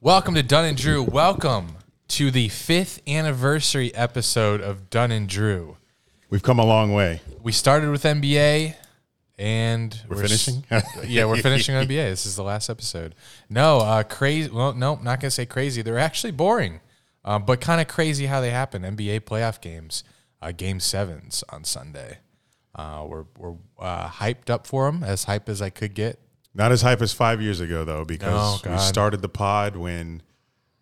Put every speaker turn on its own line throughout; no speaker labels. Welcome to Dunn and Drew. Welcome to the fifth anniversary episode of Dunn and Drew.
We've come a long way.
We started with NBA, and
We're,
s-
finishing.
yeah, we're finishing on NBA. This is the last episode. No, uh, crazy. Well, nope, not gonna say crazy. They're actually boring, uh, but kind of crazy how they happen. NBA playoff games, uh, game sevens on Sunday. Uh, we're we're uh, hyped up for them, as hype as I could get.
Not as hype as five years ago though, because
No,
we
Oh, God.
started the pod when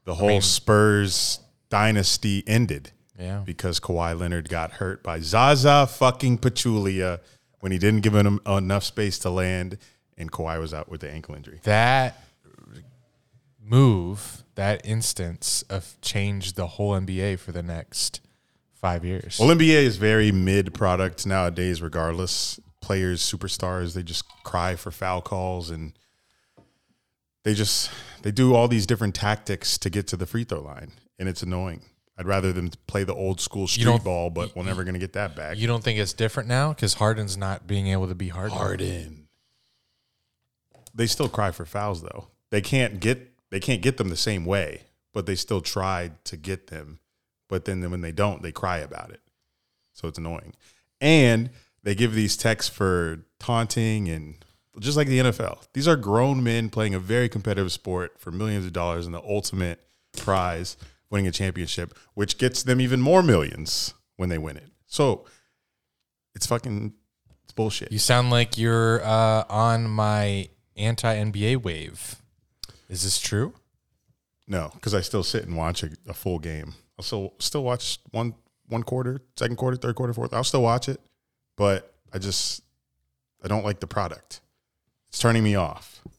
the whole Spurs dynasty ended.
Yeah.
Because Kawhi Leonard got hurt by Zaza fucking Pachulia when he didn't give him enough space to land, and Kawhi was out with the ankle injury.
That move, that instance, of changed the whole NBA for the next five years.
Well, NBA is very mid product nowadays, regardless. Players, superstars, they just cry for foul calls and they just they do all these different tactics to get to the free throw line, and it's annoying. I'd rather them play the old school
don't-
street ball, but we're never going to get that back.
you don't think it's different now because Harden's not being able to be Harden.
Harden. They still cry for fouls though. They can't get they can't get them the same way, but they still try to get them. But then when they don't, they cry about it. So it's annoying. And they give these texts for taunting and just like the NFL. These are grown men playing a very competitive sport for millions of dollars and the ultimate prize, winning a championship, which gets them even more millions when they win it. So it's fucking it's bullshit.
You sound like you're uh, on my anti NBA wave. Is this true?
No, because I still sit and watch a, a full game. I'll still still watch one one quarter, second quarter, third quarter, fourth. I'll still watch it, but I just I don't like the product. It's turning me off.
Uh,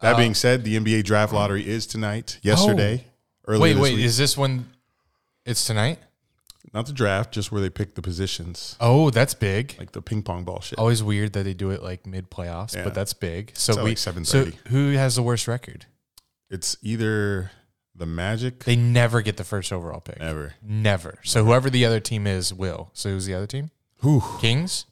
That being said, the NBA draft lottery is tonight. Yesterday, earlier
Oh. Wait,
this
wait.
week.
Is this when it's tonight?
not the draft, just where they pick the positions,
Oh, that's big.
like the ping pong ball shit.
Always weird that they do it like mid playoffs,
Yeah.
but that's big. So
It's at,
we
like,
So
7:30.
who has the worst record?
It's either the Magic
They never get the first overall pick.
ever.
Never. So whoever the other team is will. So who's the other team?
Whew.
Kings.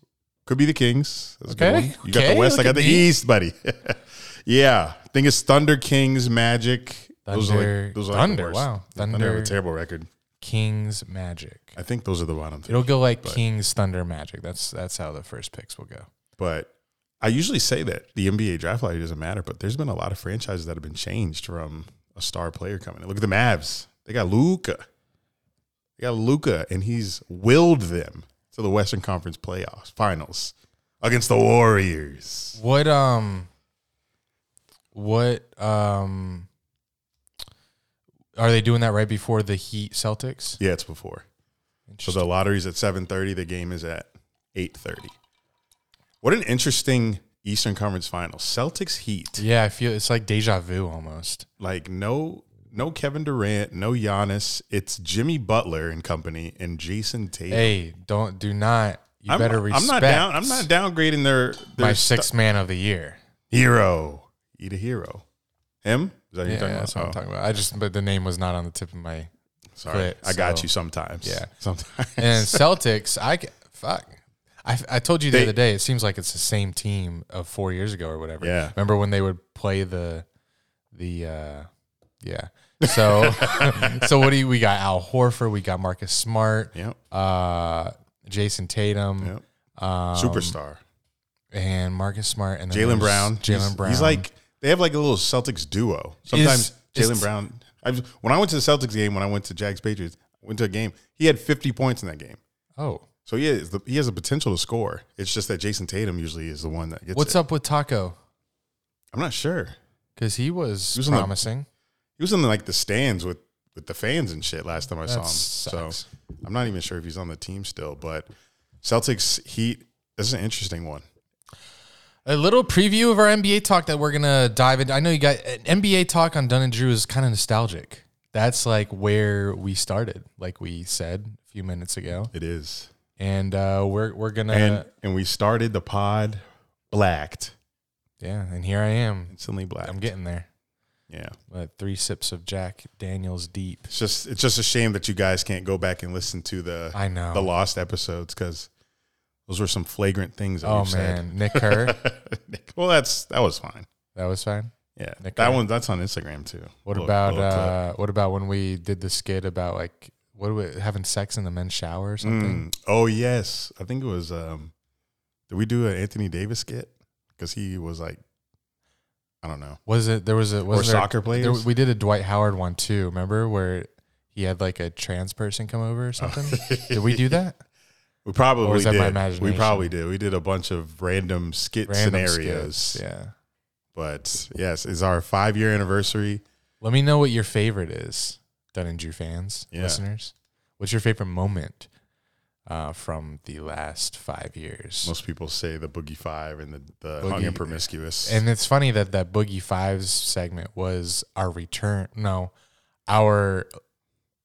Could be the Kings. That's a
Okay.
good one. You got
Okay,
the West. I
look
got
at
the
me.
East, buddy. yeah, I think it's Thunder, Kings, Magic. those are
Thunder.
like, those are
Thunder,
Like the worst.
wow.
Yeah, Thunder have a
Thunder.
terrible record.
Kings. Magic.
I think those are the bottom three.
It'll go like Kings. Thunder. Magic. That's that's how the first picks will go.
But I usually say that the NBA draft lottery doesn't matter, but there's been a lot of franchises that have been changed from a star player coming. in. Look at the Mavs. They got Luca. They got Luca, and he's willed them to the Western Conference playoffs finals against the Warriors.
What um what um are they doing that right before the Heat Celtics?
Yeah, it's before. So
Interesting.
the lottery's at 7:30, the game is at 8:30. What an interesting Eastern Conference Finals. Celtics Heat.
Yeah, I feel it's like deja vu almost.
Like no no Kevin Durant, no Giannis. It's Jimmy Butler and company and Jason Tatum.
Hey, don't do not you
I'm,
better respect
I'm not down I'm not downgrading their their
my
stu-
sixth man of the year.
hero. Eat a hero. Him? Is that who
Yeah,
you're talking
that's what
about?
I'm
Oh,
talking about. I just but the name was not on the tip of my
sorry.
about,
I got
so-
you sometimes.
Yeah.
Sometimes.
and Celtics. I ca- fuck. I, I told you the
They-
other day. It seems like it's the same team of four years ago or whatever.
Yeah.
Remember when they would play the the uh, yeah. So so what do you, we got? Al Horford. We got Marcus Smart.
yep.
Uh, Jason Tatum.
Yep.
Um,
Superstar.
and Marcus Smart and then
Jalen
there's
Brown. He's-
Jalen Brown.
He's like they have like a little Celtics duo. Sometimes
is-
Jalen Brown. I was, when I went to the Celtics game, when I went to Jags Patriots, I went to a game. He had 50 points in that game.
oh,
So he is the, he has a potential to score. It's just that Jason Tatum usually is the one that gets.
what's
it.
up with Taco?
I'm not sure.
Because he was,
He was on the-
promising.
He was in like the stands with with the fans and shit last time I saw him.
That sucks.
So I'm not even sure if he's on the team still. But Celtics Heat. This is an interesting one.
A little preview of our NBA talk that we're gonna dive into. I know you got an NBA talk on Dunn and Drew is kind of nostalgic. That's like where we started, like we said a few minutes ago,
It is.
and uh, we're we're gonna
And and we started the pod blacked.
yeah. And here I am.
Instantly blacked.
I'm getting there.
yeah.
Uh, three sips of Jack Daniels deep.
It's just it's just a shame that you guys can't go back and listen to the
I know.
the lost episodes because those were some flagrant things. That
oh
we've
man, Nick Kerr,
said. well, that's that was fine.
that was fine.
Yeah,
Nick
that
Curry.
one that's on Instagram too.
What
Look-
about
look up.
uh, what about when we did the skit about like what were we, having sex in the men's shower or something?
Mm. Oh yes, I think it was. um Did we do an Anthony Davis skit? Because he was like, I don't know,
Was it there was a was
or
there,
soccer players.
there- we did a Dwight Howard one too. Remember where he had like a trans person come over
Oh,
or something? did we do that?
We probably
Or was that
did.
my
We
imagination?
probably did. We did a bunch of random skit
Random
scenarios.
skits, Yeah.
But yes, it's our five year anniversary.
Let me know what your favorite is, Dun and Drew fans,
Yeah.
listeners. What's your favorite moment uh, from the last five years?
Most people say the Boogie Five and the, the
Boogie-
Hung and Promiscuous.
And it's funny that that Boogie Fives segment was our return. No, our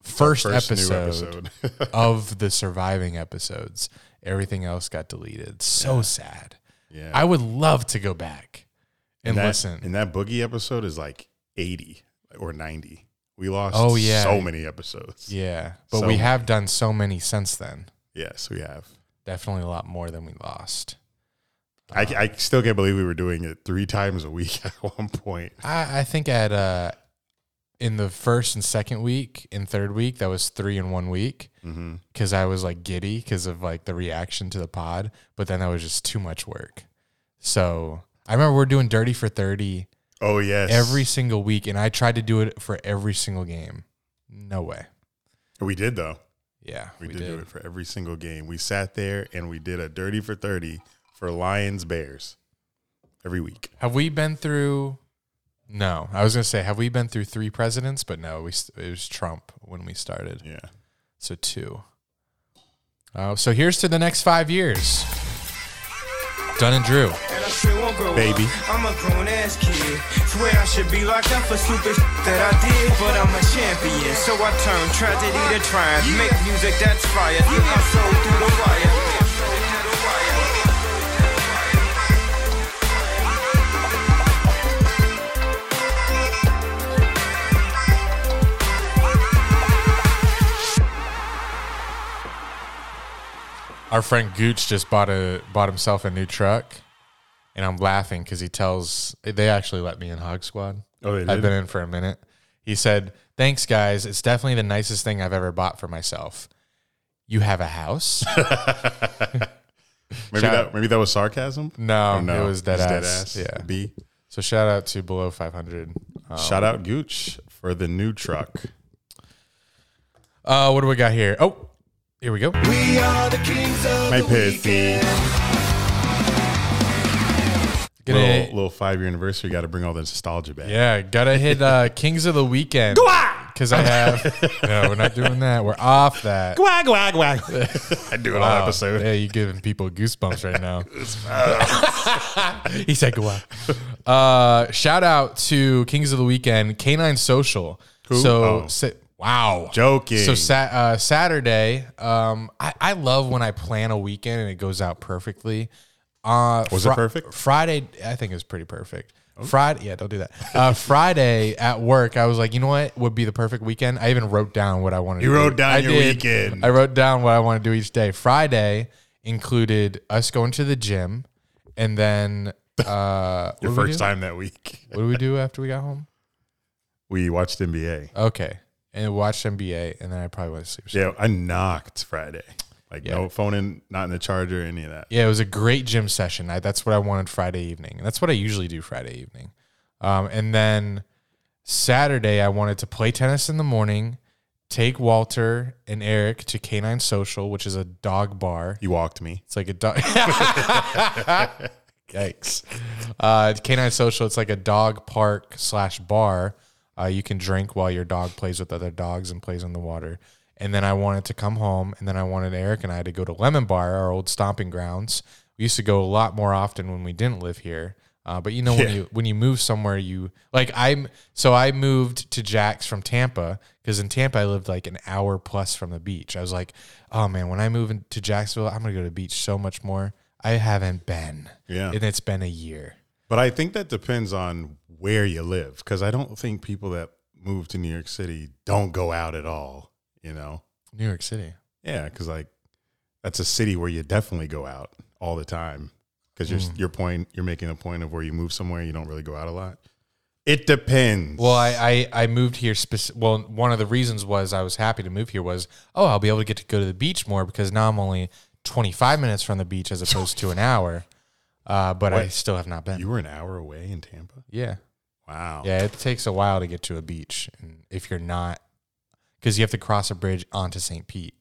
first, episode,
new episode.
of the surviving episodes. Everything else got deleted. So sad.
yeah.
I would love to go back and,
that,
listen.
And that Boogie episode is like 80 or 90. We lost
Oh, yeah.
so many episodes.
yeah, but
So-
we have done so many since then.
Yes, we have.
Definitely a lot more than we lost.
I, I still can't believe we were doing it three times a week at one point.
I, I think at uh in the first and second week and third week that was three in one week
Mhm.
because I was like giddy because of like the reaction to the pod, but then that was just too much work. So I remember we we're doing dirty for thirty
Oh, yes.
every single week, and I tried to do it for every single game. No way.
We did, though.
Yeah,
We, did, do it for every single game. We sat there and we did a dirty for 30 for Lions Bears every week.
Have we been through? No, I was gonna say, have we been through three presidents? But no, we st- it was Trump when we started.
Yeah.
So two. Uh, so here's to the next five years. Dunn and Drew.
And I still won't grow
Baby.
up. I'm a grown ass kid. Swear I should be locked up for stupid shit that I did. But I'm a champion, so I turn tragedy to triumph. Make music that's fire. Get my soul through the wire.
Our friend Gooch just bought a bought himself a new truck, and I'm laughing because he tells they actually let me in Hog Squad.
Oh, they
I've
did?
been in for a minute. He said, "Thanks, guys. It's definitely the nicest thing I've ever bought for myself." You have a house?
Maybe
Shout-
that maybe that was sarcasm.
Oh, No,
Or
Um, it was dead ass.
It's
Yeah.
B.
so shout out to below 500. Um,
Shout out Gooch for the new truck.
uh, what do we got here? Oh, here we go.
We are the kings of
My pissy.
Get
Little,
a-
little five year anniversary. Got to bring all the nostalgia back.
Yeah, gotta hit uh, Kings of the Weekend. Because I have. no, we're not doing that. We're off that.
Wag wag wag. I do it all
Wow.
episode.
Yeah, you're giving people goosebumps right now. he said, "Go Uh, shout out to Kings of the Weekend, Canine Social.
Who?
So,
Oh.
sa- wow,
Joking.
So sa- uh, Saturday, um, I-, I love when I plan a weekend and it goes out perfectly. Uh,
Was it perfect? Oh.
Friday, I think it was pretty perfect. Friday, yeah, don't do that. Uh, Friday at work, I was like, you know what would be the perfect weekend? I even wrote down what I wanted.
You
to
wrote
do.
down
I
your weekend.
I wrote down what I want to do each day. Friday included us going to the gym, and then uh,
Your
what did we
first
do?
time that week.
What do we do after we got home?
We watched NBA.
Okay, and watched NBA, and then I probably went to sleep.
Yeah, I knocked Friday. Like
Yeah.
no phone in, not in the charger, any of that.
Yeah, it was a great gym session. I, that's what I wanted Friday evening. And that's what I usually do Friday evening. Um, and then Saturday, I wanted to play tennis in the morning, take Walter and Eric to Canine Social, which is a dog bar.
You walked me.
It's like a dog. Yikes. Uh, Canine Social, it's like a dog park slash bar. Uh, you can drink while your dog plays with other dogs and plays in the water. And then I wanted to come home, and then I wanted Eric and I to go to Lemon Bar, our old stomping grounds. We used to go a lot more often when we didn't live here. Uh, but you know when
Yeah.
you when you move somewhere, you like I'm. So I moved to Jack's from Tampa because in Tampa I lived like an hour plus from the beach. I was like, oh man, when I move in- to Jacksonville, I'm gonna go to the beach so much more. I haven't been.
Yeah.
and it's been a year.
But I think that depends on where you live, because I don't think people that move to New York City don't go out at all. You know?
New York City.
Yeah, because like that's a city where you definitely go out
Mm.
all the time. Because you're your point, you're making a point of where you move somewhere, you don't really go out a lot. It depends.
Well, I I, I moved here. Speci- well, one of the reasons was I was happy to move here was oh I'll be able to get to go to the beach more because now I'm only 25 minutes from the beach as opposed to an hour. Uh, but I
Wait.
still have not been.
you were an hour away in Tampa.
yeah,
Wow.
yeah. It takes a while to get to a beach, and if you're not, because you have to cross a bridge onto St. Pete.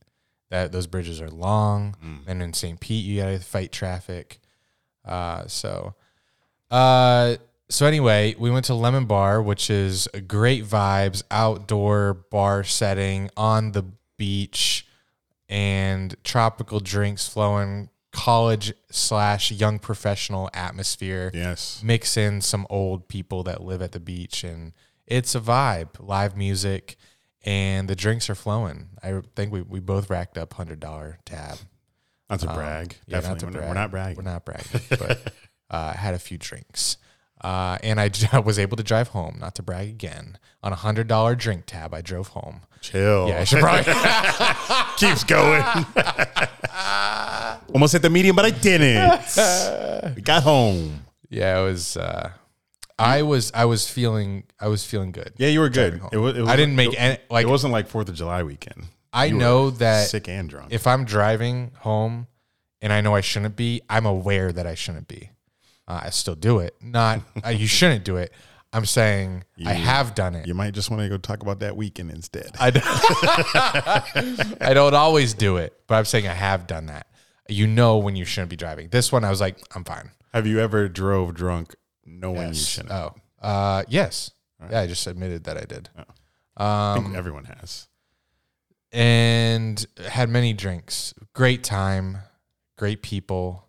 That those bridges are long, and in St. Pete you got to fight traffic. Uh, so, uh, so anyway, we went to Lemon Bar, which is a great vibes, outdoor bar setting on the beach, and tropical drinks flowing, college slash young professional atmosphere.
Yes.
Mix in some old people that live at the beach, and it's a vibe. Live music, and the drinks are flowing. I think we we both racked up hundred dollar tab.
Not to brag.
Um, Yeah, not
Definitely.
to
we're,
brag.
Not, we're not bragging.
We're not bragging, but uh, had a few drinks. Uh, and I j- was able to drive home, not to brag again. On a hundred dollar drink tab, I drove home.
Chill.
Yeah, I should probably.
Keeps going. Almost hit the medium, but I didn't. We got home.
yeah, it was. Uh, I was. I was feeling. I was feeling good.
Yeah, you were good.
home.
It was, it was,
I didn't make
it,
any. Like
it wasn't like Fourth of July weekend.
I
you were
know that
Sick and drunk.
if I'm driving home and I know I shouldn't be, I'm aware that I shouldn't be. Uh, I still do it. Not uh, you shouldn't do it. I'm saying I have done it.
you might just want to go talk about that weekend instead.
I don't, I don't always do it, but I'm saying I have done that. You know when you shouldn't be driving. This one, I was like, I'm fine.
Have you ever drove drunk knowing you shouldn't?
Oh, uh, yes. Yeah, I just admitted that I did.
Oh. I
um,
think everyone has.
And had many drinks. Great time, great people.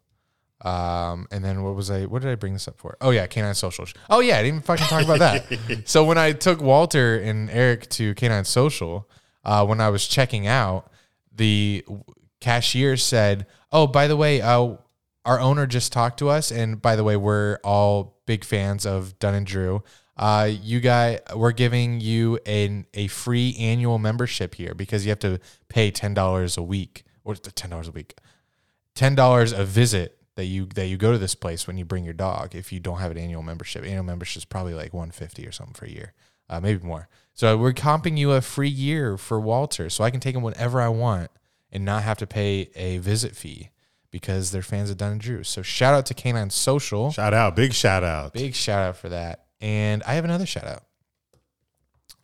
Um, and then what was I? What did I bring this up for? Oh yeah, Canine Social. Oh yeah, I didn't even fucking talk about that. so when I took Walter and Eric to Canine Social, uh, when I was checking out, the w- cashier said, "Oh, by the way, uh, our owner just talked to us, and by the way, we're all big fans of Dunn and Drew. Uh, you guy, we're giving you an a free annual membership here because you have to pay ten dollars a week or ten dollars a week." ten dollars a visit that you that you go to this place when you bring your dog if you don't have an annual membership. Annual membership is probably like one fifty or something for a year, uh, maybe more. So we're comping you a free year for Walter, so I can take him whenever I want and not have to pay a visit fee because they're fans of Dunn and Drew. So shout out to Canine Social,
Shout out. Big shout out.
big shout out for that. And I have another shout out.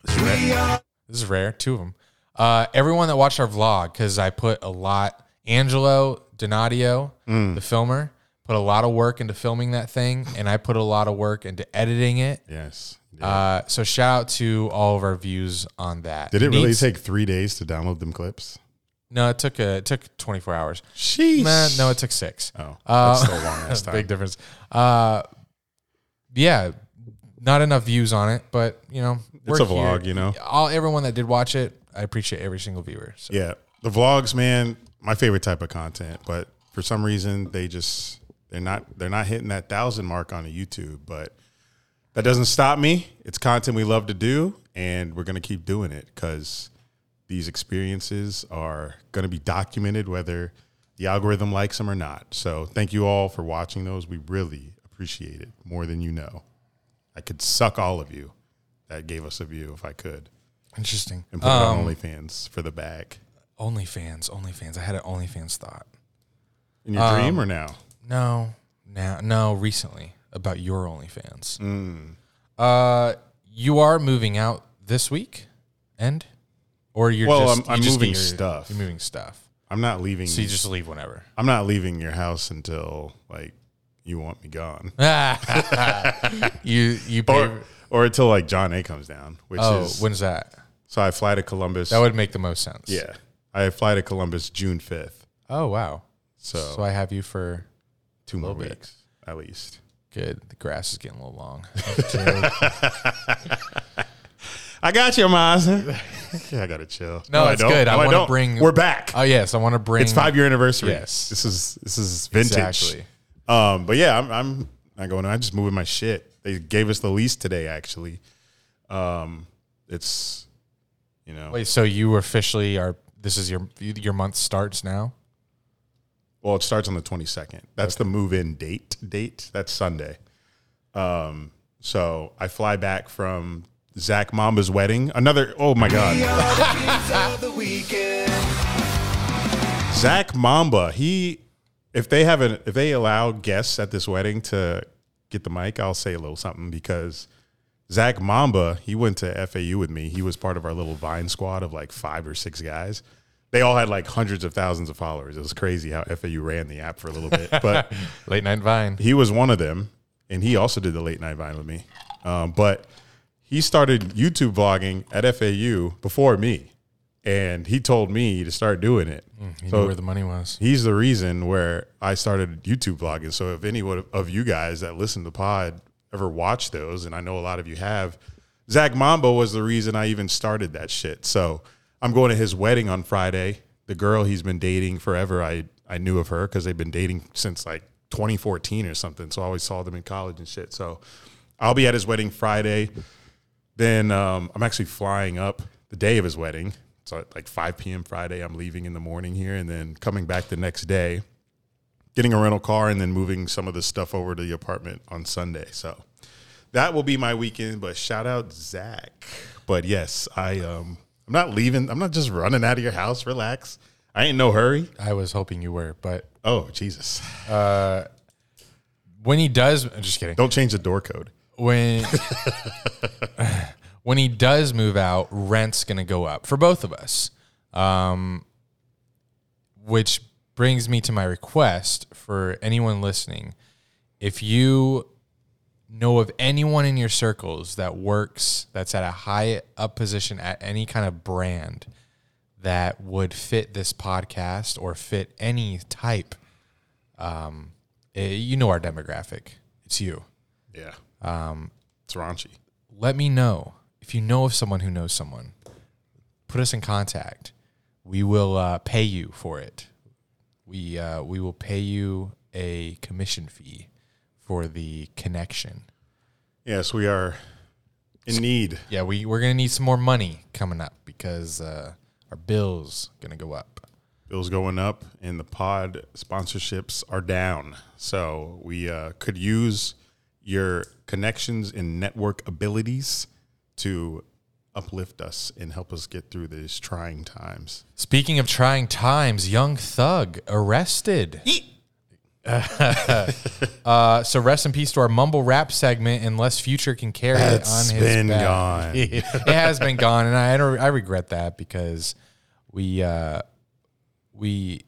This is rare. Two of them. Uh, everyone that watched our vlog, because I put a lot. Angelo Donadio,
Mm.
the filmer, put a lot of work into filming that thing, and I put a lot of work into editing it.
Yes.
Uh, so shout out to all of our views on that.
Did it really
Needs-
take three days to download them clips?
No, it took a, it took 24 hours.
Sheesh.
Nah, no, it took six.
Oh,
Uh,
that's still long ass time.
Big difference. Uh, yeah, not enough views on it, but you know,
It's a vlog, you know?
All everyone that did watch it, I appreciate every single viewer. So
Yeah, the vlogs, man, my favorite type of content. But for some reason, they just they're not they're not hitting that thousand mark on YouTube. But that doesn't stop me. It's content we love to do, and we're gonna keep doing it because these experiences are gonna be documented, whether the algorithm likes them or not. So thank you all for watching those. We really appreciate it more than you know. I could suck all of you that gave us a view if I could,
interesting.
and put it on OnlyFans for the bag.
OnlyFans, OnlyFans. I had an OnlyFans thought.
In your dream
Um,
or now?
No, now, no. Recently, about your OnlyFans.
Mm.
Uh, you are moving out this week, and or you're
Well,
just,
I'm- I'm
you just get
moving
your-
stuff.
You're moving stuff,
I'm not leaving.
so you just leave whenever.
I'm not leaving your house until like you want me gone,
you you pay.
or or until like John A comes down, which
oh,
is
when's that?
so I fly to Columbus.
That would make the most sense.
yeah, I fly to Columbus June 5th,
Oh wow.
so,
So I have you for
two more
bit.
weeks at least.
good. The grass is getting a little long.
I got you, Maz. yeah, I gotta chill.
No,
I
it's good. I
No,
wanna
don't.
bring-
We're back.
oh yes, I want to bring.
it's five year anniversary.
Yes.
this is this is vintage.
Exactly.
Um, but yeah, I'm, I'm not going. I'm just moving my shit. They gave us the lease today, actually. Um, it's you know,
Wait, so you officially are? This is your your month starts now.
well, it starts on the 22nd. That's the move in date. Date that's Sunday. Um, So I fly back from Zach Mamba's wedding. Another, oh my God. Zach Mamba, he, if they haven't, if they allow guests at this wedding to get the mic, I'll say a little something because Zach Mamba, he went to FAU with me. He was part of our little Vine squad of like five or six guys. They all had like hundreds of thousands of followers. It was crazy how FAU ran the app for a little bit. But
Late night vine.
he was one of them, and he also did the late night vine with me. Um, but he started YouTube vlogging at FAU before me, and he told me to start doing it.
You
so
Mm, knew where the money was.
he's the reason where I started YouTube vlogging. So if any one of you guys that listen to the pod ever watch those, and I know a lot of you have, Zach Mambo was the reason I even started that shit. So I'm going to his wedding on Friday. The girl he's been dating forever, I I knew of her because they've been dating since like 2014 or something. So I always saw them in college and shit. So I'll be at his wedding Friday. Then um, I'm actually flying up the day of his wedding. So at like 5 p.m. Friday, I'm leaving in the morning here and then coming back the next day, getting a rental car and then moving some of this stuff over to the apartment on Sunday. So that will be my weekend. But shout out Zach. But yes, I um I'm not leaving. I'm not just running out of your house. Relax. I ain't no hurry.
I was hoping you were, but
Oh Jesus!
when he does, I'm just kidding.
Don't change the door code.
when when he does move out, rent's gonna go up for both of us. Um, which brings me to my request for anyone listening: if you know of anyone in your circles that works that's at a high up position at any kind of brand that would fit this podcast or fit any type, um, eh, you know our demographic. It's you
Yeah. Um, it's raunchy.
let me know if you know of someone who knows someone. Put us in contact. We will uh, pay you for it. We uh, we will pay you a commission fee for the connection.
Yes, we are in need.
Yeah, we we're gonna need some more money coming up because uh, our bills gonna go up.
bills going up and the pod sponsorships are down so we uh, could use your connections and network abilities to uplift us and help us get through these trying times
Speaking of trying times, Young Thug arrested. uh, so rest in peace to our mumble rap segment. Unless Future can carry
That's
it on his
been
back.
gone.
it has been gone, and I I don't- I regret that because we uh, we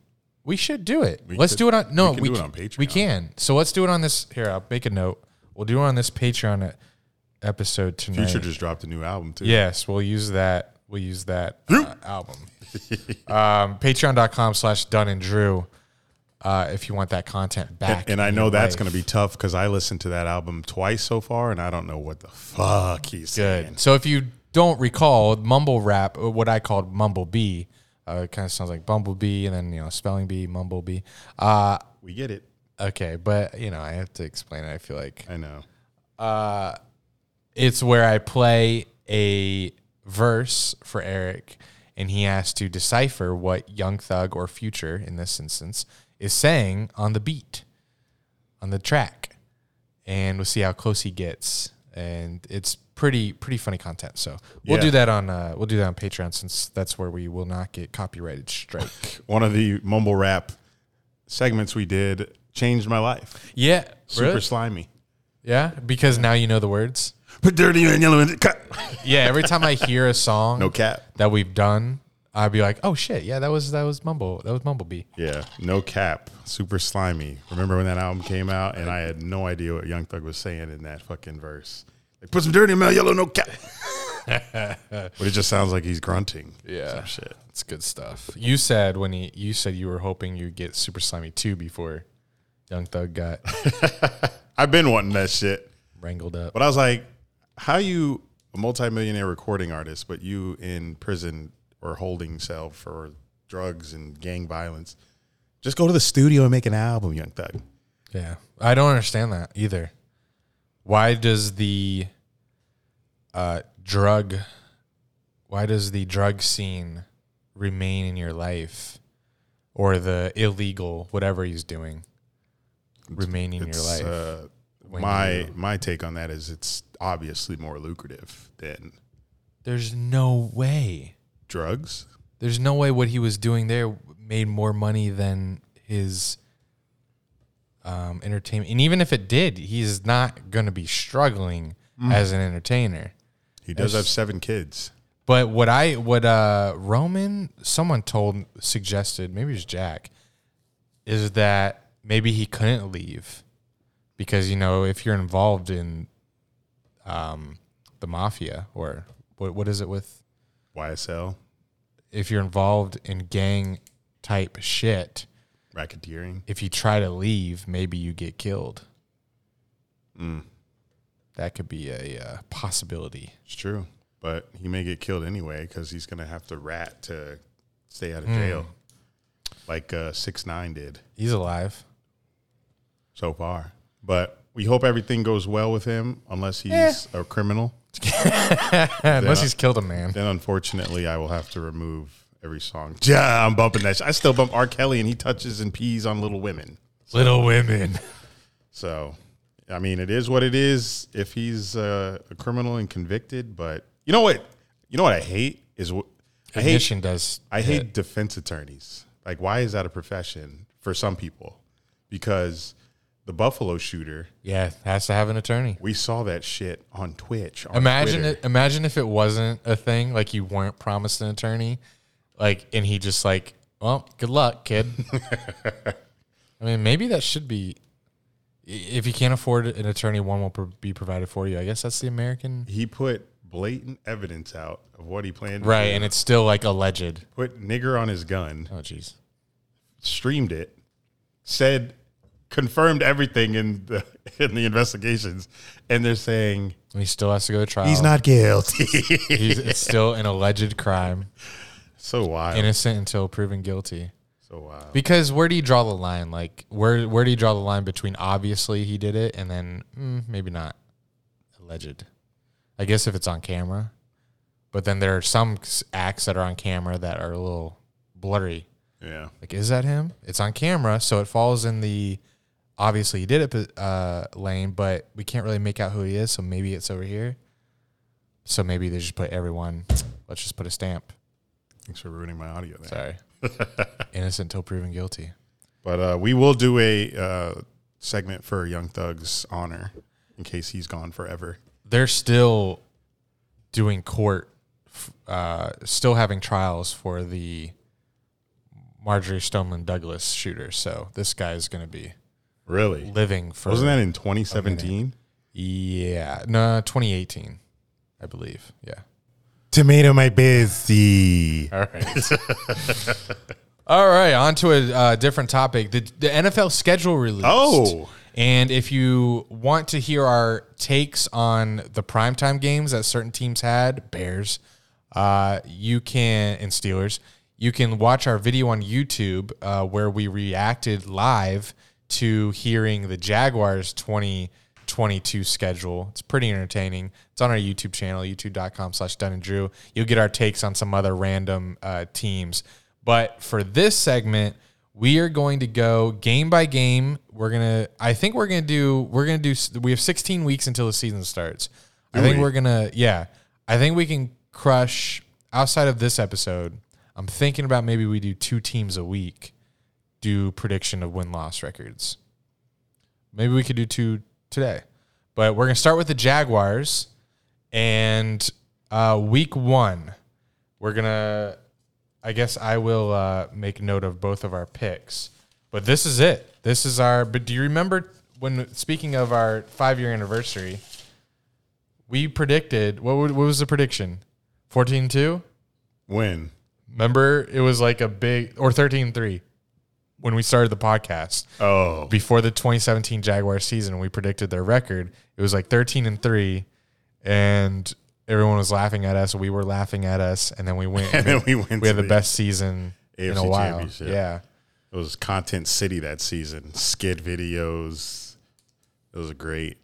we should do it. let's
could-
do it on no.
we can do it on Patreon.
We can. So let's do it on this. Here, I'll make a note. We'll do it on this Patreon e- episode tonight.
future just dropped a new album too
Yes, we'll use that. We'll use that uh, album. um, Patreon.com slash Dunn and Drew uh, if you want that content back.
and i
in
know
your
that's
life.
going to be tough because i listened to that album twice so far and i don't know what the fuck he's saying
good. So if you don't recall, mumble rap, uh, what I called mumble bee, uh, it kind of sounds like bumblebee and then, you know, spelling bee, mumble bee. Uh,
we get it
okay, but, you know, I have to explain it. I feel like
i know
it's where I play a verse for Eric, and he has to decipher what Young Thug or Future, in this instance, is saying on the beat, on the track, and we'll see how close he gets. And it's pretty pretty funny content. So we'll
Yeah.
do that on uh, we'll do that on Patreon since that's where we will not get copyrighted strike.
one of the mumble rap segments we did changed my life
yeah,
super slimy
yeah, because now you know the words.
Put dirty and yellow in the cut.
Yeah, every time I hear a song,
No cap.
that we've done, I'd be like, oh shit, yeah, that was that was Mumble, that was Mumblebee.
Yeah, no cap. Super slimy. Remember when that album came out and I had no idea what Young Thug was saying in that fucking verse. Like, put some dirty in my yellow, no cap. but it just sounds like he's grunting.
Yeah.
Some shit.
It's good stuff. You said when he, you said you were hoping you'd get Super Slimy two before Young Thug got
I've been wanting that shit.
wrangled up.
But I was like, how you a multimillionaire recording artist, but you in prison or holding cell for drugs and gang violence? Just go to the studio and make an album, Young Thug.
Yeah, I don't understand that either. Why does the uh, drug, why does the drug scene remain in your life, or the illegal whatever he's doing, remain in your
It's,
life?
uh,
when
my
you-
my take on that is it's obviously more lucrative than
there's no way.
drugs.
There's no way what he was doing there made more money than his um, entertainment. And even if it did, he's not going to be struggling as an entertainer.
He does have seven kids.
But what I what uh Roman someone told suggested maybe it was Jack is that maybe he couldn't leave because you know if you're involved in um the mafia or what what is it with
YSL,
if you're involved in gang type shit
racketeering.
if you try to leave maybe you get killed that could be a uh, possibility
It's true, but he may get killed anyway because he's gonna have to rat to stay out of
Hmm.
jail, like uh, six nine did
he's alive
so far. But we hope everything goes well with him, unless he's
Eh.
a criminal.
unless he's killed a man
Then unfortunately, I will have to remove every song. Yeah, I'm bumping that. sh- I still bump R. Kelly, and he touches and pees on Little Women.
little women
So, I mean, it is what it is. If he's uh, a criminal and convicted, but you know what? You know what I hate is wh- I hate
ignition does
I hate defense attorneys. Like, why is that a profession for some people? Because the Buffalo shooter,
Yeah, has to have an attorney.
we saw that shit on Twitch. On
Imagine
Twitter.
it, imagine if it wasn't a thing, like you weren't promised an attorney, like and he just like, well, good luck, kid. I mean, maybe that should be. i- If you can't afford an attorney, one will pro- be provided for you. I guess that's the American
He put blatant evidence out of what he planned. to
right,
do.
and it's still like alleged.
put nigger on his gun,
Oh, jeez.
streamed it, said confirmed everything in the in the investigations, and they're saying
And he still has to go to trial.
he's not guilty.
He's, it's still an alleged crime,
so wild.
innocent until proven guilty.
so wild.
Because where do you draw the line? Like where where do you draw the line between obviously he did it and then mm, maybe not alleged? I guess if it's on camera, but then there are some s- acts that are on camera that are a little blurry.
Yeah.
Like is that him? It's on camera, so it falls in the obviously he did it but, uh, lane, but we can't really make out who he is, so maybe it's over here. So maybe they just put everyone. Let's just put a stamp.
Thanks for ruining my audio there.
Sorry, innocent till proven guilty.
But uh, we will do a uh, segment for Young Thug's honor in case he's gone forever.
they're still doing court, f- uh, still having trials for the Marjorie Stoneman Douglas shooter. So this guy is going to be
Really?
living for.
Wasn't that in 2017?
Yeah. No, 2018, I believe. Yeah.
Tomato my busy.
All right. All right. On to a uh, different topic. The, the NFL schedule released.
Oh.
And if you want to hear our takes on the primetime games that certain teams had, Bears, uh, you can, and Steelers, you can watch our video on YouTube uh, where we reacted live to hearing the Jaguars 2022 schedule. It's pretty entertaining. It's on our YouTube channel, youtube.com slash Dunn and Drew. You'll get our takes on some other random uh, teams. But for this segment, we are going to go game by game. We're gonna. I think we're gonna do. We're gonna do. s- We have 16 weeks until the season starts. I think
we?
we're gonna. Yeah, I think we can crush. Outside of this episode, I'm thinking about maybe we do two teams a week. Do prediction of win loss records. Maybe we could do two today, but we're gonna start with the Jaguars and uh, week one. We're gonna I guess I will uh, make note of both of our picks. But this is it. This is our. But do you remember when speaking of our five year anniversary, we predicted what? would- What was the prediction? 14-2?
When?
Remember, it was like a big or 13-3 when we started the podcast
Oh.
before the 2017 Jaguar season, we predicted their record. It was like 13 and 3 and everyone was laughing at us. We were laughing at us and then we went
And then we went
we had the
to the
best season in a
AFC
while.
championship.
Yeah.
It was Content City that season. Skid videos. It was great.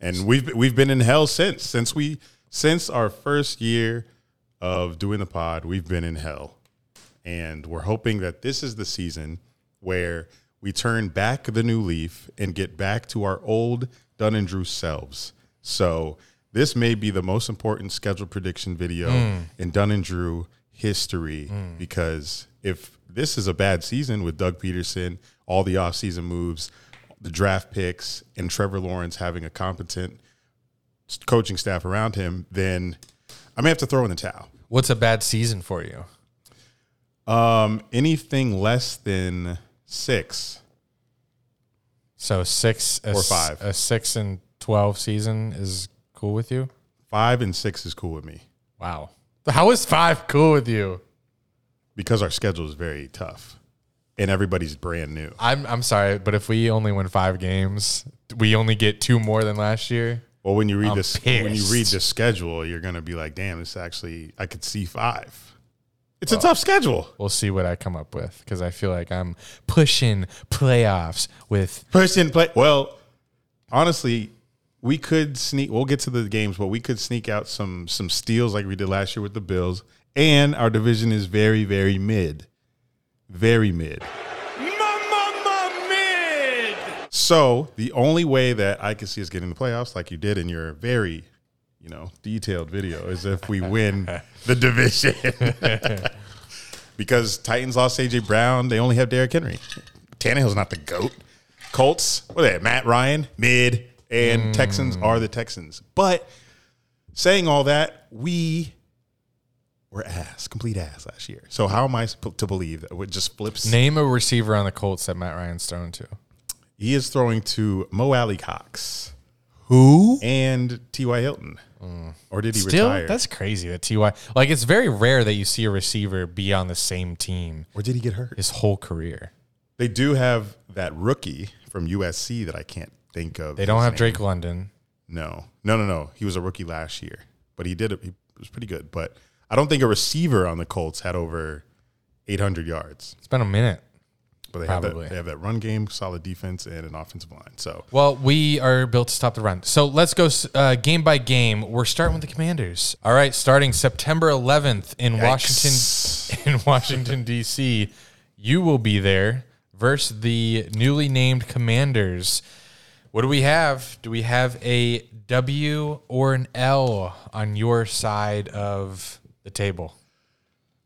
And we've we've been in hell since. Since we since our first year of doing the pod, we've been in hell. And we're hoping that this is the season where we turn back the new leaf and get back to our old Dunn and Drew selves. So this may be the most important scheduled prediction video in Dunn and Drew history because if this is a bad season with Doug Peterson, all the offseason moves, the draft picks, and Trevor Lawrence having a competent coaching staff around him, then I may have to throw in the towel.
What's a bad season for you?
Um, anything less than six.
So six a
Or
s-
five.
a six and twelve season is cool with you.
Five and six is cool with me
Wow, how is five cool with you?
because our schedule is very tough and everybody's brand new.
I'm I'm sorry, but if we only win five games, we only get two more than last year.
Well, when you read this, when you read
pissed.
the schedule, you're gonna be like, "Damn, it's actually I could see five. It's a tough schedule.
We'll see what I come up with because I feel like I'm pushing playoffs with
Person play. Well, honestly, we could sneak. We'll get to the games, but we could sneak out some some steals like we did last year with the Bills. And our division is very, very mid, very mid. So the only way that I could see us getting the playoffs, like you did in your very, you know, detailed video, is if we win the division. because Titans lost AJ Brown, they only have Derrick Henry. Tannehill's not the goat. Colts, what are they? Matt Ryan, mid, and Texans are the Texans. But saying all that, we were ass, complete ass last year. So how am I supp- to believe that it just flips?
name a receiver on the Colts that Matt Ryan's thrown to.
He is throwing to Mo Alley Cox.
Who?
and T.Y. Hilton. Or did he
Still,
retire?
that's crazy. That Ty like it's very rare that you see a receiver be on the same team
or did he get hurt?
his whole career.
They do have that rookie from USC that I can't think of.
They don't
his
have
name.
Drake London.
No, no, no, no. He was a rookie last year, but he did it. He was pretty good. But I don't think a receiver on the Colts had over 800 yards.
It's been a minute.
But they have
Probably.
that. They have that run game, solid defense, and an offensive line. So
Well, we are built to stop the run. So let's go uh, game by game. We're starting with the Commanders. All right, starting September 11th in
Yikes.
Washington, in Washington D.C. You will be there versus the newly named Commanders. What do we have? Do we have a W or an L on your side of the table?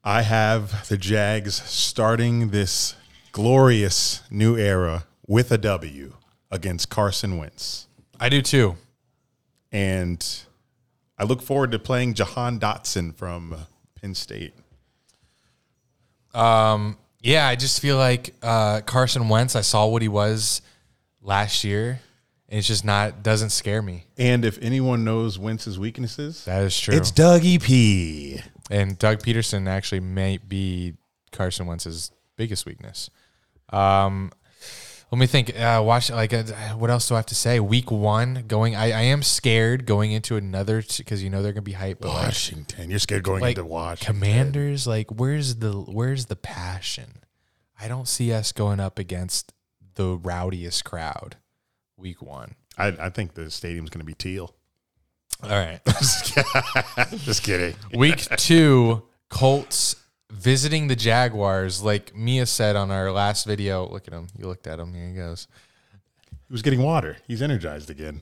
I have the Jags starting this glorious new era with a W against Carson Wentz.
I do too.
and I look forward to playing Jahan Dotson from Penn State.
Yeah, I just feel like uh, Carson Wentz. I saw what he was last year, and it's just not doesn't scare me.
And if anyone knows Wentz's weaknesses,
That is true.
Dougie P.
and Doug Peterson actually may be Carson Wentz's biggest weakness. Um, let me think. Uh, watch like uh, what else do I have to say? Week one going. I, I am scared going into another because you know they're gonna be hype. But like,
Washington, you're scared going
like
into Washington.
Commanders, like where's the where's the passion? I don't see us going up against the rowdiest crowd. Week one.
I, I think the stadium's going to be teal.
All right.
Just kidding.
Week two, Colts visiting the Jaguars. Like Mia said on our last video, look at him. You looked at him. Here he goes.
He was getting water. He's energized again.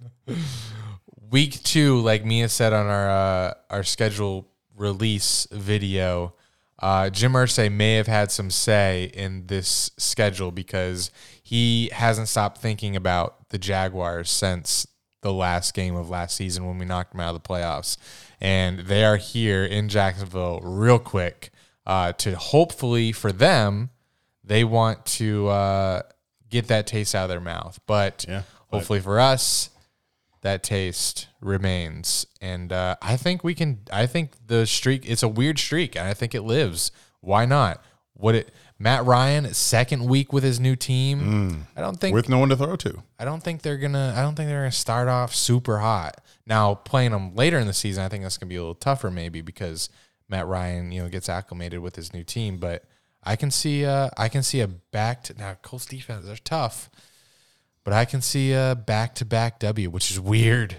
Week two, like Mia said on our uh, our schedule release video, uh, Jim Irsay may have had some say in this schedule because he hasn't stopped thinking about the Jaguars since the last game of last season when we knocked them out of the playoffs, and they are here in Jacksonville real quick uh, to hopefully for them they want to uh, get that taste out of their mouth, but
Yeah, but-
hopefully for us that taste remains. And uh, I think we can. I think the streak. It's a weird streak, and I think it lives. Why not? What it? Matt Ryan second week with his new team. I don't think.
With no one to throw to.
I don't think they're gonna. I don't think they're gonna start off super hot. Now playing them later in the season, I think that's gonna be a little tougher, maybe because Matt Ryan, you know, gets acclimated with his new team. But I can see, uh, I can see a back to now Colts defense. They're tough, but I can see a back to back W, which is weird.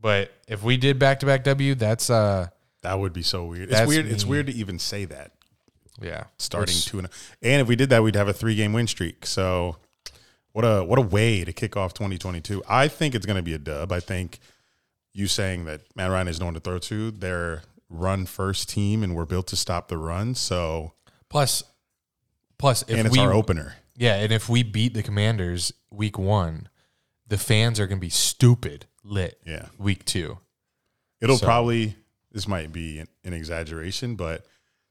But if we did back to back W, that's uh,
That would be so weird.
That's
it's weird. It's
mean.
weird to even say that.
yeah,
Starting
Which-
two and and if we did that, we'd have a three game win streak. So What a what a way to kick off 2022. I think it's going to be a dub. I think you saying that Matt Ryan is no one to throw to. They're run first team, and we're built to stop the run. So
Plus, plus if
and it's
we
our opener.
yeah, and if we beat the Commanders week one, the fans are gonna be stupid lit.
Yeah.
Week two,
It'll
So-
probably this might be an, an exaggeration, but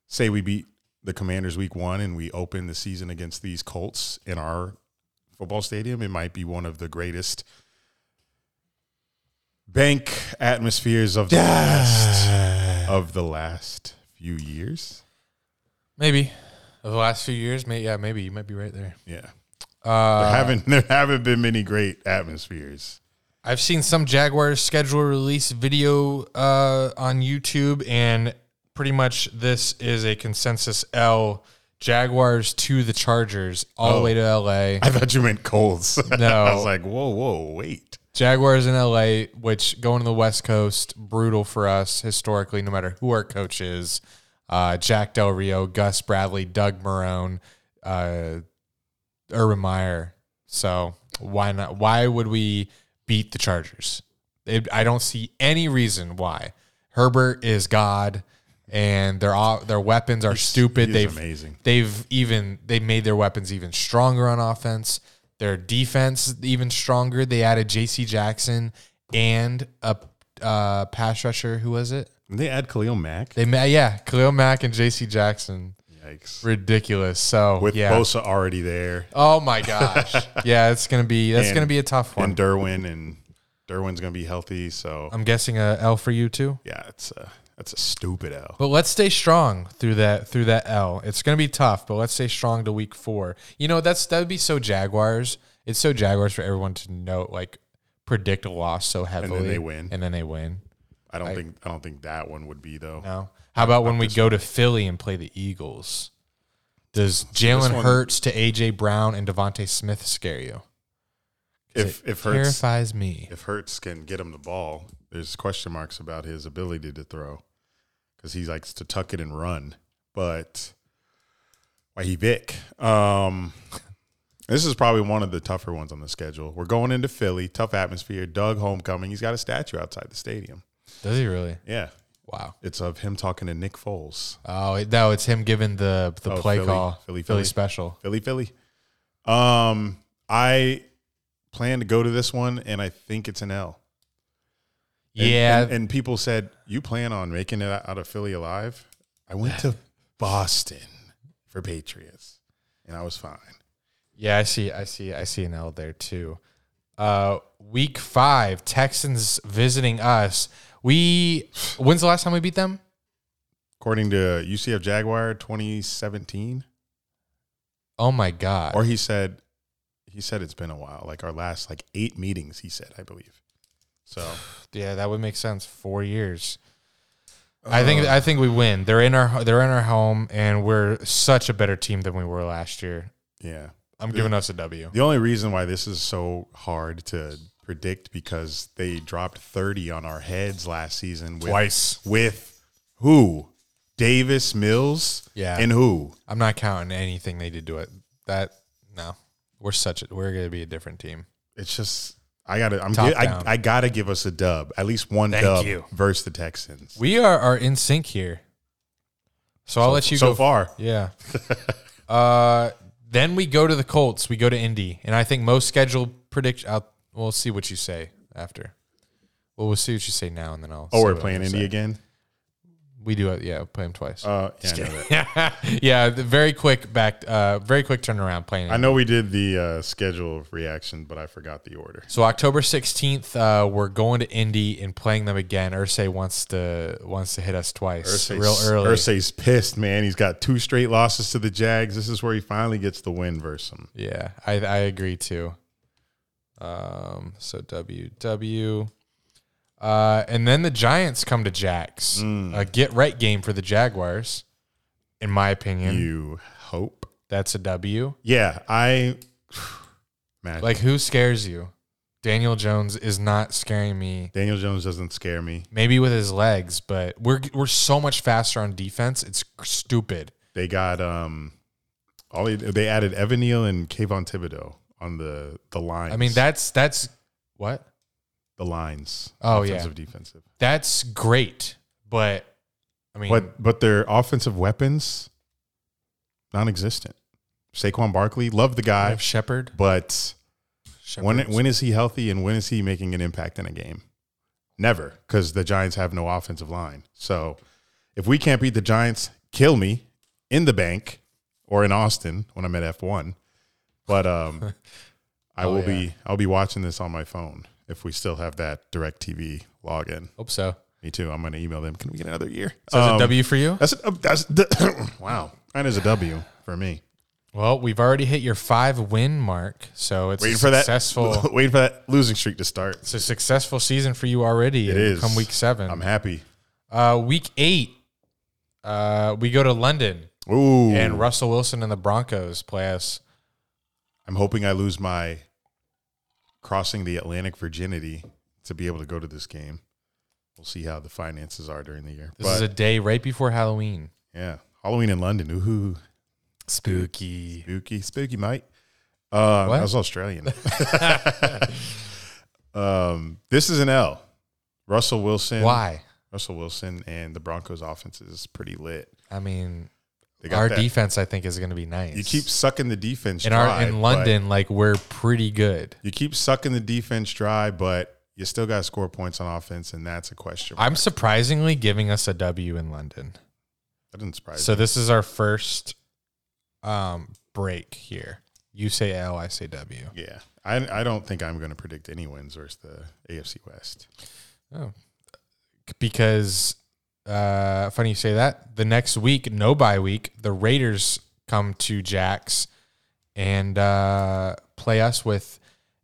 say we beat the Commanders week one and we open the season against these Colts in our football stadium, it might be one of the greatest bank atmospheres of the last of the last few years.
maybe. Of the last few years, may yeah, maybe you might be right there.
Yeah.
Uh,
There haven't there haven't been many great atmospheres.
I've seen some Jaguars schedule release video uh, on YouTube, and pretty much this is a consensus L. Jaguars to the Chargers, all the way to LA.
Oh. I thought you meant Colts. I
No.
was like, whoa, whoa, wait.
Jaguars in LA, which going to the West Coast, brutal for us historically, no matter who our coach is. Uh, Jack Del Rio, Gus Bradley, Doug Marone, uh, Urban Meyer. So why not? Why would we beat the Chargers? It, I don't see any reason why. Herbert is God, and their o- their weapons are stupid.
He's
They've
amazing.
They've even they made their weapons even stronger on offense. Their defense even stronger. They added J.C. Jackson and a uh, pass rusher. Who was it?
They add Khalil Mack.
They ma- yeah, Khalil Mack and J.C. Jackson.
Yikes.
Ridiculous. So
with
yeah.
Bosa already there
Oh my gosh. yeah, it's gonna be that's
And-
gonna be a tough one.
and Derwin and Derwin's going to be healthy. So
I'm guessing a L for you too.
yeah, it's a that's a stupid L.
But let's stay strong through that through that L. It's gonna be tough, but let's stay strong to week four. You know, that's that would be so Jaguars. It's so Jaguars for everyone to know like predict a loss so heavily.
they win.
And then they win.
I don't think I don't think that one would be though.
No. How about when we go to Philly and play the Eagles? Does Jalen
one-
Hurts to AJ Brown and Devontae Smith scare you?
If if Hurts
Terrifies me.
if Hurts can get him the ball, there's question marks about his ability to throw because he likes to tuck it and run. But why he Vic? Um, this is probably one of the tougher ones on the schedule. We're going into Philly, tough atmosphere. Doug homecoming. He's got a statue outside the stadium.
Does he really?
Yeah,
Wow.
it's of him talking to Nick Foles.
Oh no, it's him giving the the
Oh,
play
Philly,
call.
Philly,
Philly
Philly.
special.
Philly, Philly. Um, I plan to go to this one, and I think it's an L. And-
Yeah.
and, and people said you plan on making it out of Philly alive. I went to Boston for Patriots, and I was fine.
Yeah, I see. I see. I see an L there too. Uh, week five, Texans visiting us. We when's the last time we beat them?
According to UCF Jaguar 2017,
Oh my god!
or he said, he said it's been a while. Like our last like eight meetings, he said, I believe. So
yeah, that would make sense. Four years. I
Uh.
think. I think we win. They're in our. They're in our home, and we're such a better team than we were last year.
yeah,
I'm giving us a W.
The only reason why this is so hard to predict because they dropped 30 on our heads last season with,
Twice.
with who? Davis Mills?
Yeah.
And who?
I'm not counting anything they did to it. That no, we're such. A, we're gonna be a different team.
It's just I gotta I'm
Top
gi- I,
down.
I gotta give us a dub. At least one dub
you.
versus the Texans.
We are are in sync here. So I'll let you
so
go
far.
Yeah. uh, then we go to the Colts. We go to Indy, and I think most scheduled prediction. I'll, we'll see what you say after. Well, we'll see what you say now, and then I'll.
Oh,
say
we're
what
playing
I'm
Indy
saying.
again?
We do. uh, Yeah, play them twice.
Uh yeah, I know that.
yeah, the very quick back. Uh, very quick turnaround. Playing.
I know we did the uh, schedule of reaction, but I forgot the order.
So October sixteenth, uh, we're going to Indy and playing them again. Ursay wants to wants to hit us twice, real early.
Ursay's pissed, man. He's got two straight losses to the Jags. This is where he finally gets the win versus them.
Yeah, I I agree too. Um, so WW. Uh, and then the Giants come to Jacks.
Mm.
A get right game for the Jaguars, in my opinion.
You hope.
That's a W.
Yeah, I man,
Like who scares you? Daniel Jones is not scaring me.
Daniel Jones doesn't scare me.
Maybe with his legs, but we're we're so much faster on defense. It's stupid.
They got um all they, they added Evan Neal and Kayvon Thibodeau on the the lines.
I mean, that's that's what
the lines.
Oh, yeah.
offensive, defensive.
that's great, but I mean,
But but their offensive weapons, non-existent. Saquon Barkley, love the
I
guy,
have Shepard.
but
Shepard
when
was-
when is he healthy and when is he making an impact in a game? Never, because the Giants have no offensive line. So if we can't beat the Giants, kill me in the bank or in Austin when I'm at F one. But um, I
Oh,
will
yeah.
be I'll be watching this on my phone if we still have that Direct TV login.
hope so.
Me too. I'm gonna email them. Can we get another year?
So it's
Um,
a W for you.
That's a, that's a, wow. That is a W for me.
Well, we've already hit your five win mark, so it's
Waiting
a
for that
successful.
waiting for that losing streak to start.
It's a successful season for you already.
It is
Come week seven.
I'm happy.
Uh, week eight, uh, we go to London,
Ooh,
and Russell Wilson and the Broncos play us.
I'm hoping I lose my crossing the Atlantic virginity to be able to go to this game. We'll see how the finances are during the year.
This
but
is a day right before Halloween.
yeah, Halloween in London. Ooh,
Spooky.
spooky, spooky, mate. Um,
What?
I was Australian. um, this is an L. Russell Wilson.
Why?
Russell Wilson and the Broncos' offense is pretty lit.
I mean,
They got
our
that.
defense, I think, is going to be nice.
You keep sucking the defense
in
dry.
our in
but-
London, like we're pretty good.
You keep sucking the defense dry, but you still got to score points on offense, and that's a question.
I'm surprisingly giving us a W in London.
that didn't surprise
So
me.
this is our first um, break here. You say L, I say W.
Yeah, I, I don't think I'm going to predict any wins versus the AFC West.
Oh. Because uh funny you say that. The next week, no bye week, the Raiders come to Jax and uh play us with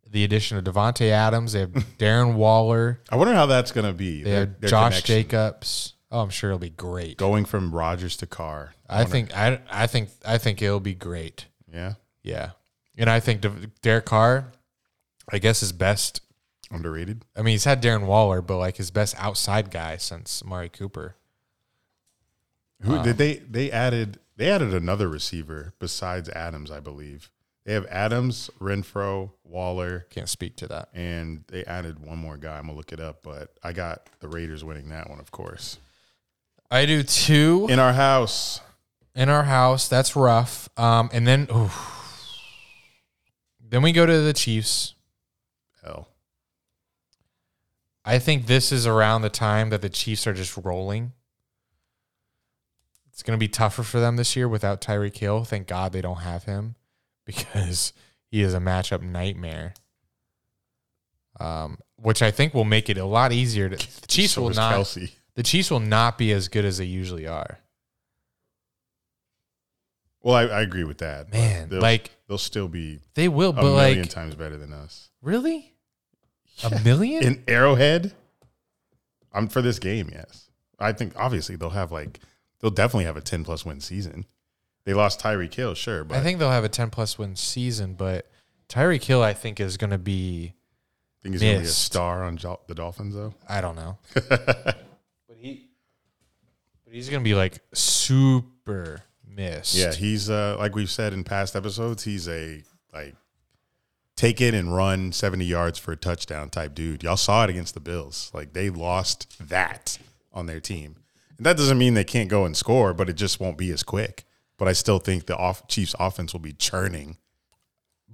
the addition of Devontae Adams. They have Darren Waller.
I wonder how that's going to be.
They
their-
have
their
Josh
connection.
Jacobs. Oh, I'm sure it'll be great.
going from Rogers to Carr.
I think I I think I think it'll be great.
Yeah,
Yeah. And I think De- Derek Carr, I guess his best
underrated.
I mean, he's had Darren Waller, but like his best outside guy since Mari Cooper.
Who
Uh,
did they? They added they added another receiver besides Adams, I believe. They have Adams, Renfro, Waller,
Can't speak to that.
and they added one more guy. I'm gonna look it up, but I got the Raiders winning that one, of course.
I do too
In our house,
in our house. That's rough. Um, and then, oof. then we go to the Chiefs.
hell.
I think this is around the time that the Chiefs are just rolling. It's going to be tougher for them this year without Tyreek Hill. Thank God they don't have him because he is a matchup nightmare. Um, which I think will make it a lot easier. To, the Chiefs
So
will
is
not.
Kelsey.
The Chiefs will not be as good as they usually are.
Well, I, I agree with that. but
Man,
they'll,
like-
they'll still be
They will,
a
but
million
like,
times better than us.
really, a million?
In Arrowhead, I'm for this game. Yes, I think obviously they'll have like they'll definitely have a ten plus win season. They lost Tyree Kill, sure, but
I think they'll have a ten plus win season, but Tyreek Hill, I think, is going to be.
he's going to be a
missed.
star on jo- the Dolphins though.
I don't know. but he, but he's going to be like super missed.
Yeah, he's uh, like we've said in past episodes, he's a like take it and run 70 yards for a touchdown type dude. Y'all saw it against the Bills. Like they lost that on their team. And that doesn't mean they can't go and score, but it just won't be as quick. But I still think the off- Chiefs offense will be churning.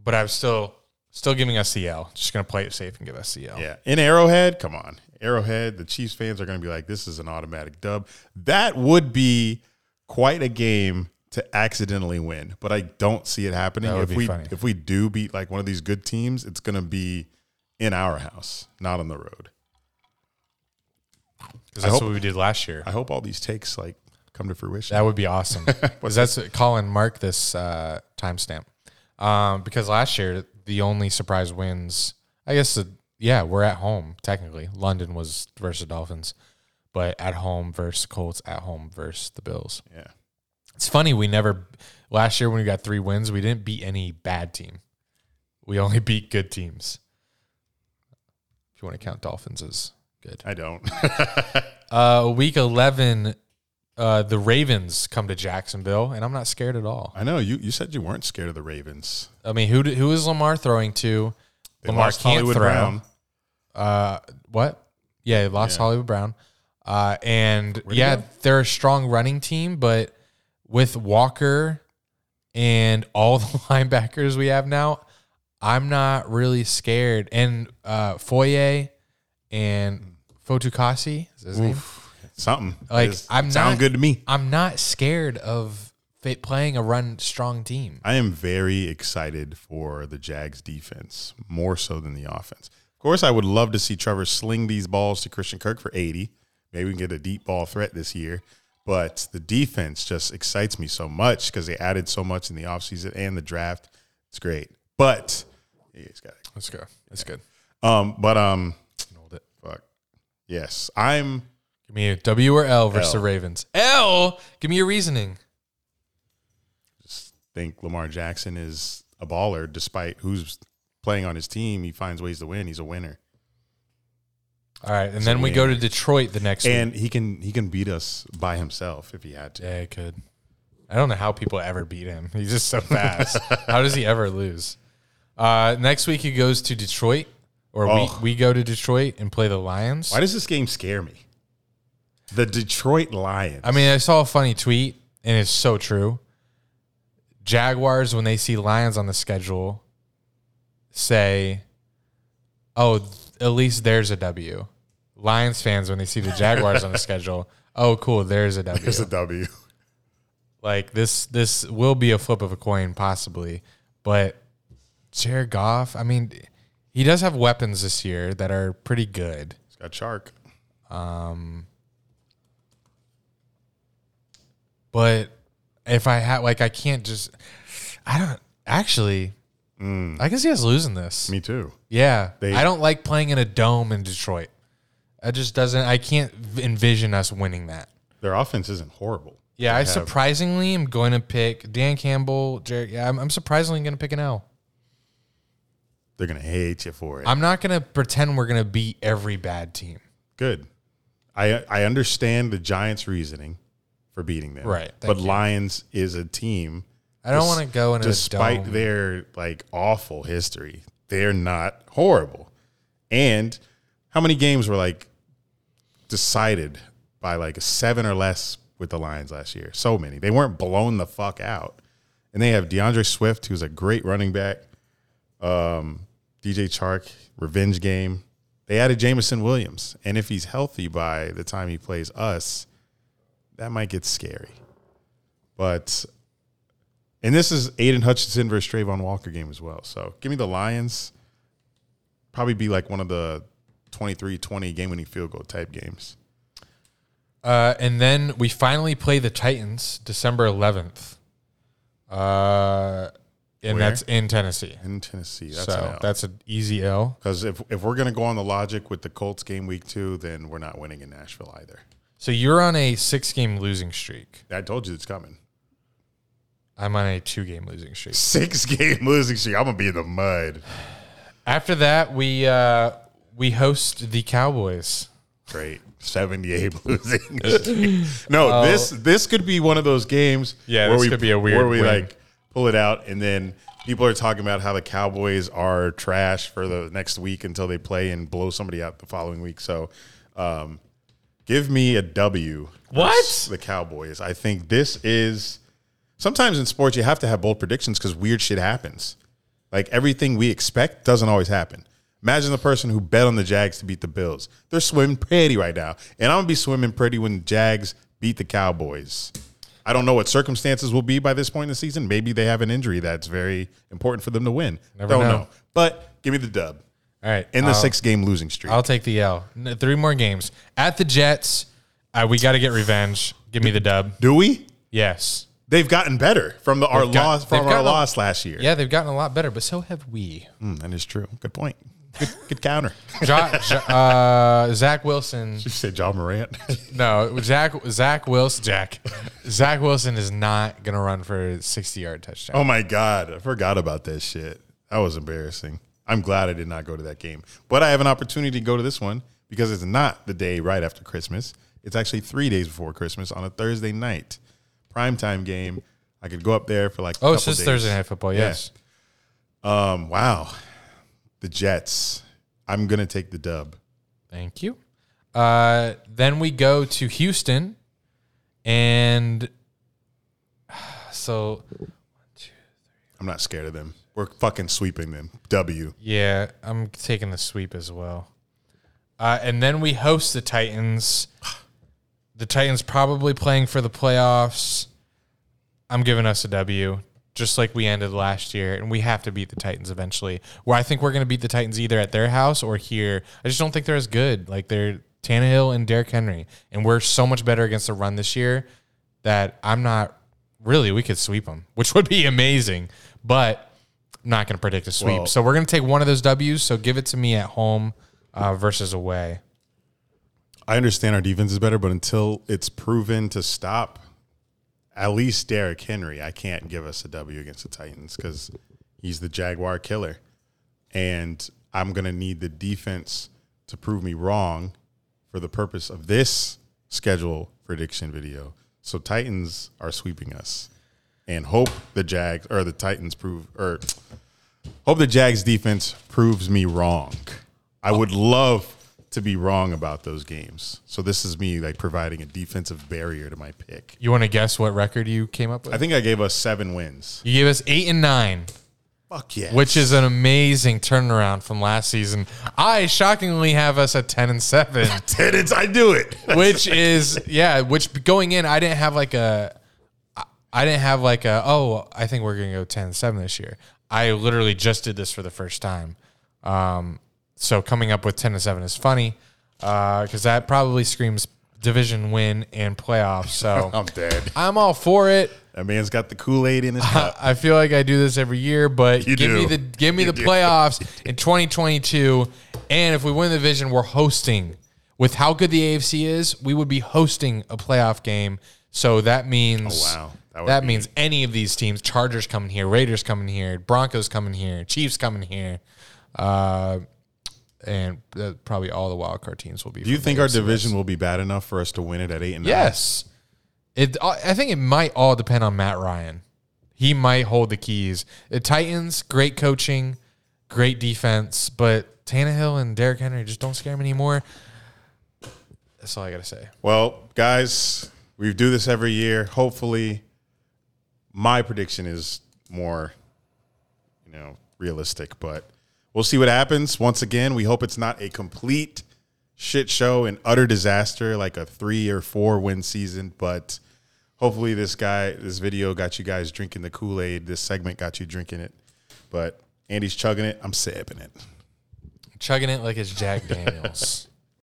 but I'm still still giving us the L. Just going to play it safe and give us the L.
Yeah. In Arrowhead, come on. Arrowhead, the Chiefs fans are going to be like, this is an automatic dub. That would be quite a game to accidentally win, but I don't see it happening.
That would
if
be
we
funny.
if we do beat like one of these good teams, it's going to be in our house, not on the road.
because
I
that's
hope-
what we did last year.
I hope all these takes like come to fruition.
That would be awesome. Because that's what, Colin mark this uh, timestamp. Um, because last year the only surprise wins, I guess, the, yeah, we're at home technically. London was versus Dolphins, but at home versus Colts, at home versus the Bills.
yeah.
It's funny we never last year when we got three wins, we didn't beat any bad team. We only beat good teams. If you want to count Dolphins as good.
I don't.
Uh, week 11, uh, the Ravens come to Jacksonville, and I'm not scared at all.
I know you. You said you weren't scared of the Ravens.
I mean, who do- who is Lamar throwing to?
They
Lamar
lost
can't
Hollywood
throw.
Brown.
Uh, what? Yeah, they lost
Yeah.
Hollywood Brown. Uh, and
Where'd he
yeah,
go?
they're a strong running team, but with Walker and all the linebackers we have now, I'm not really scared. And uh, Foye and Fotukasi is his name.
Oof. Something
Like,
It's-
I'm
sound
not-
good to me.
I'm not scared of fit playing a run strong team.
I am very excited for the Jags defense more so than the offense. Of course, I would love to see Trevor sling these balls to Christian Kirk for 80. Maybe we can get a deep ball threat this year. But the defense just excites me so much because they added so much in the offseason and the draft. It's great. But yeah, it's got
Let's go. That's good.
um but um
Nailed it.
fuck. Yes. I'm
Give me a W or L versus
L.
the Ravens. L. Give me your reasoning.
think Lamar Jackson is a baller despite who's playing on his team. He finds ways to win. He's a winner.
All right, and then we go to Detroit the next week.
And he can he can beat us by himself if he had to.
Yeah, he could. I don't know how people ever beat him. He's just so fast. how does he ever lose? Uh, next week he goes to Detroit, or
Oh.
we, we go to Detroit and play the Lions.
Why does this game scare me? The Detroit Lions.
I mean, I saw a funny tweet, and it's so true. Jaguars, when they see Lions on the schedule, say, "Oh, th- at least there's a W." Lions fans, when they see the Jaguars on the schedule, "Oh, cool, there's a W."
there's a W.
Like this, this will be a flip of a coin, possibly. But Jared Goff, I mean, he does have weapons this year that are pretty good.
It's got Chark.
But if I had, like, I can't just, I don't actually. I can see us losing this.
Mm. Me too.
Yeah,
They-
I don't like playing in a dome in Detroit. I just doesn't. I can't v- envision us winning that.
Their offense isn't horrible.
Yeah, I
They have-
surprisingly am going to pick Dan Campbell. Jared, yeah, I'm, I'm surprisingly going to pick an L.
They're gonna hate you for it.
I'm not going to pretend we're going to beat every bad team.
Good. I I understand the Giants' reasoning for beating them.
Right.
But
Thank you.
Lions is a team.
I don't
Des-
want to go in a
despite
dome.
their like awful history, they're not horrible. And how many games were like decided by like seven or less with the Lions last year? So many. They weren't blown the fuck out. And they have DeAndre Swift, who's a great running back. Um, DJ Chark, revenge game. They added Jamison Williams, and if he's healthy by the time he plays us, that might get scary. But and this is Aiden Hutchinson versus Trayvon Walker game as well. So give me the Lions. Probably be like one of the 23-20 game winning field goal type games.
Uh, and then we finally play the Titans December 11th. Uh, and
Where?
that's in Tennessee.
In Tennessee. That's
so that's an easy L.
because if, if we're gonna go on the logic with the Colts game week two, then we're not winning in Nashville either.
So you're on a six game losing streak.
I told you it's coming.
I'm on a two game losing streak.
Six game losing streak. I'm gonna be in the mud.
After that, we uh, we host the Cowboys.
Great. 78 losing. no, this this could be one of those games
Oh. Yeah, this could be a weird
where we
win.
like pull it out and then people are talking about how the Cowboys are trash for the next week until they play and blow somebody out the following week. So, um give me a W.
What?
versus The Cowboys. I think this is sometimes in sports you have to have bold predictions cuz weird shit happens. Like everything we expect doesn't always happen. Imagine the person who bet on the Jags to beat the Bills. They're swimming pretty right now. And I'm gonna be swimming pretty when the Jags beat the Cowboys. I don't know what circumstances will be by this point in the season. Maybe they have an injury that's very important for them to win.
Never
don't
know.
know. But give me the dub.
All right.
In the
I'll-
six game losing streak.
I'll take the L. N- Three more games. At the Jets, uh, we got to get revenge. Give me the dub.
Do we?
Yes.
They've gotten better from the our
They've got-
loss
they've
from our
gotten a-
loss last year.
Yeah, they've gotten a lot better, but so have we.
Mm, that is true. Good point. Good, good counter.
Jo- Jo- uh, Zach Wilson.
you said John Morant.
No, Zach Zach Wilson. Jack Zach Wilson is not gonna run for a sixty yard touchdown.
Oh my god, I forgot about that shit. That was embarrassing. I'm glad I did not go to that game, but I have an opportunity to go to this one because it's not the day right after Christmas. It's actually three days before Christmas on a Thursday night, primetime game. I could go up there for like. a
Oh, it's
couple
just
days.
Thursday night football.
Yeah.
Yes.
Um, wow, the Jets. I'm gonna take the dub.
Thank you. Uh, then we go to Houston, and so
I'm not scared of them. We're fucking sweeping them. W.
yeah, I'm taking the sweep as well. Uh, and then we host the Titans. The Titans probably playing for the playoffs. I'm giving us a W, just like we ended last year, and we have to beat the Titans eventually. Where I think we're going to beat the Titans either at their house or here. I just don't think they're as good. Like they're Tannehill and Derrick Henry, and we're so much better against the run this year that I'm not really. We could sweep them, which would be amazing, but I'm not going to predict a sweep.
Well-
so we're going to take one of those Ws. So give it to me at home uh, versus away.
I understand our defense is better, but until it's proven to stop at least Derrick Henry, I can't give us a W against the Titans because he's the Jaguar killer. And I'm going to need the defense to prove me wrong for the purpose of this schedule prediction video. So Titans are sweeping us and hope the Jags or the Titans prove or hope the Jags defense proves me wrong. I would love to be wrong about those games. So this is me like providing a defensive barrier to my pick.
You want to guess what record you came up with?
I think I gave us seven wins.
you gave us eight and nine.
Fuck yeah.
which is an amazing turnaround from last season. I shockingly have us at 10 and 7,
tenants, I do it.
which is yeah, which going in I didn't have like a I- I didn't have like a oh, I think we're going to go 10 and 7 this year. I literally just did this for the first time. Um so coming up with 10 and 7 is funny uh cuz that probably screams division win and playoffs. So
I'm dead.
I'm all for it.
That man's got the Kool Aid in his cup.
I feel like I do this every year, but
You
give me
do.
the give me
You
the
do.
playoffs in 2022. And if we win the division, we're hosting. With how good the AFC is, we would be hosting a playoff game. So that means
Oh, wow. That
that,
would be-
means any of these teams, Chargers coming here, Raiders coming here, Broncos coming here, Chiefs coming here, uh, and uh, probably all the wild card teams will be.
Do you think our division will be bad enough for us to win it at eight and nine?
Yes. It. I I think it might all depend on Matt Ryan. He might hold the keys. The Titans, great coaching, great defense, but Tannehill and Derrick Henry just don't scare me anymore. That's all I gotta say.
Well, guys, we do this every year. Hopefully, my prediction is more, you know, realistic, but we'll see what happens. Once again, we hope it's not a complete shit show and utter disaster like a three or four win season, but hopefully this guy this video got you guys drinking the Kool-Aid. This segment got you drinking it. But Andy's chugging it. I'm sipping it.
Chugging it like it's Jack Daniels.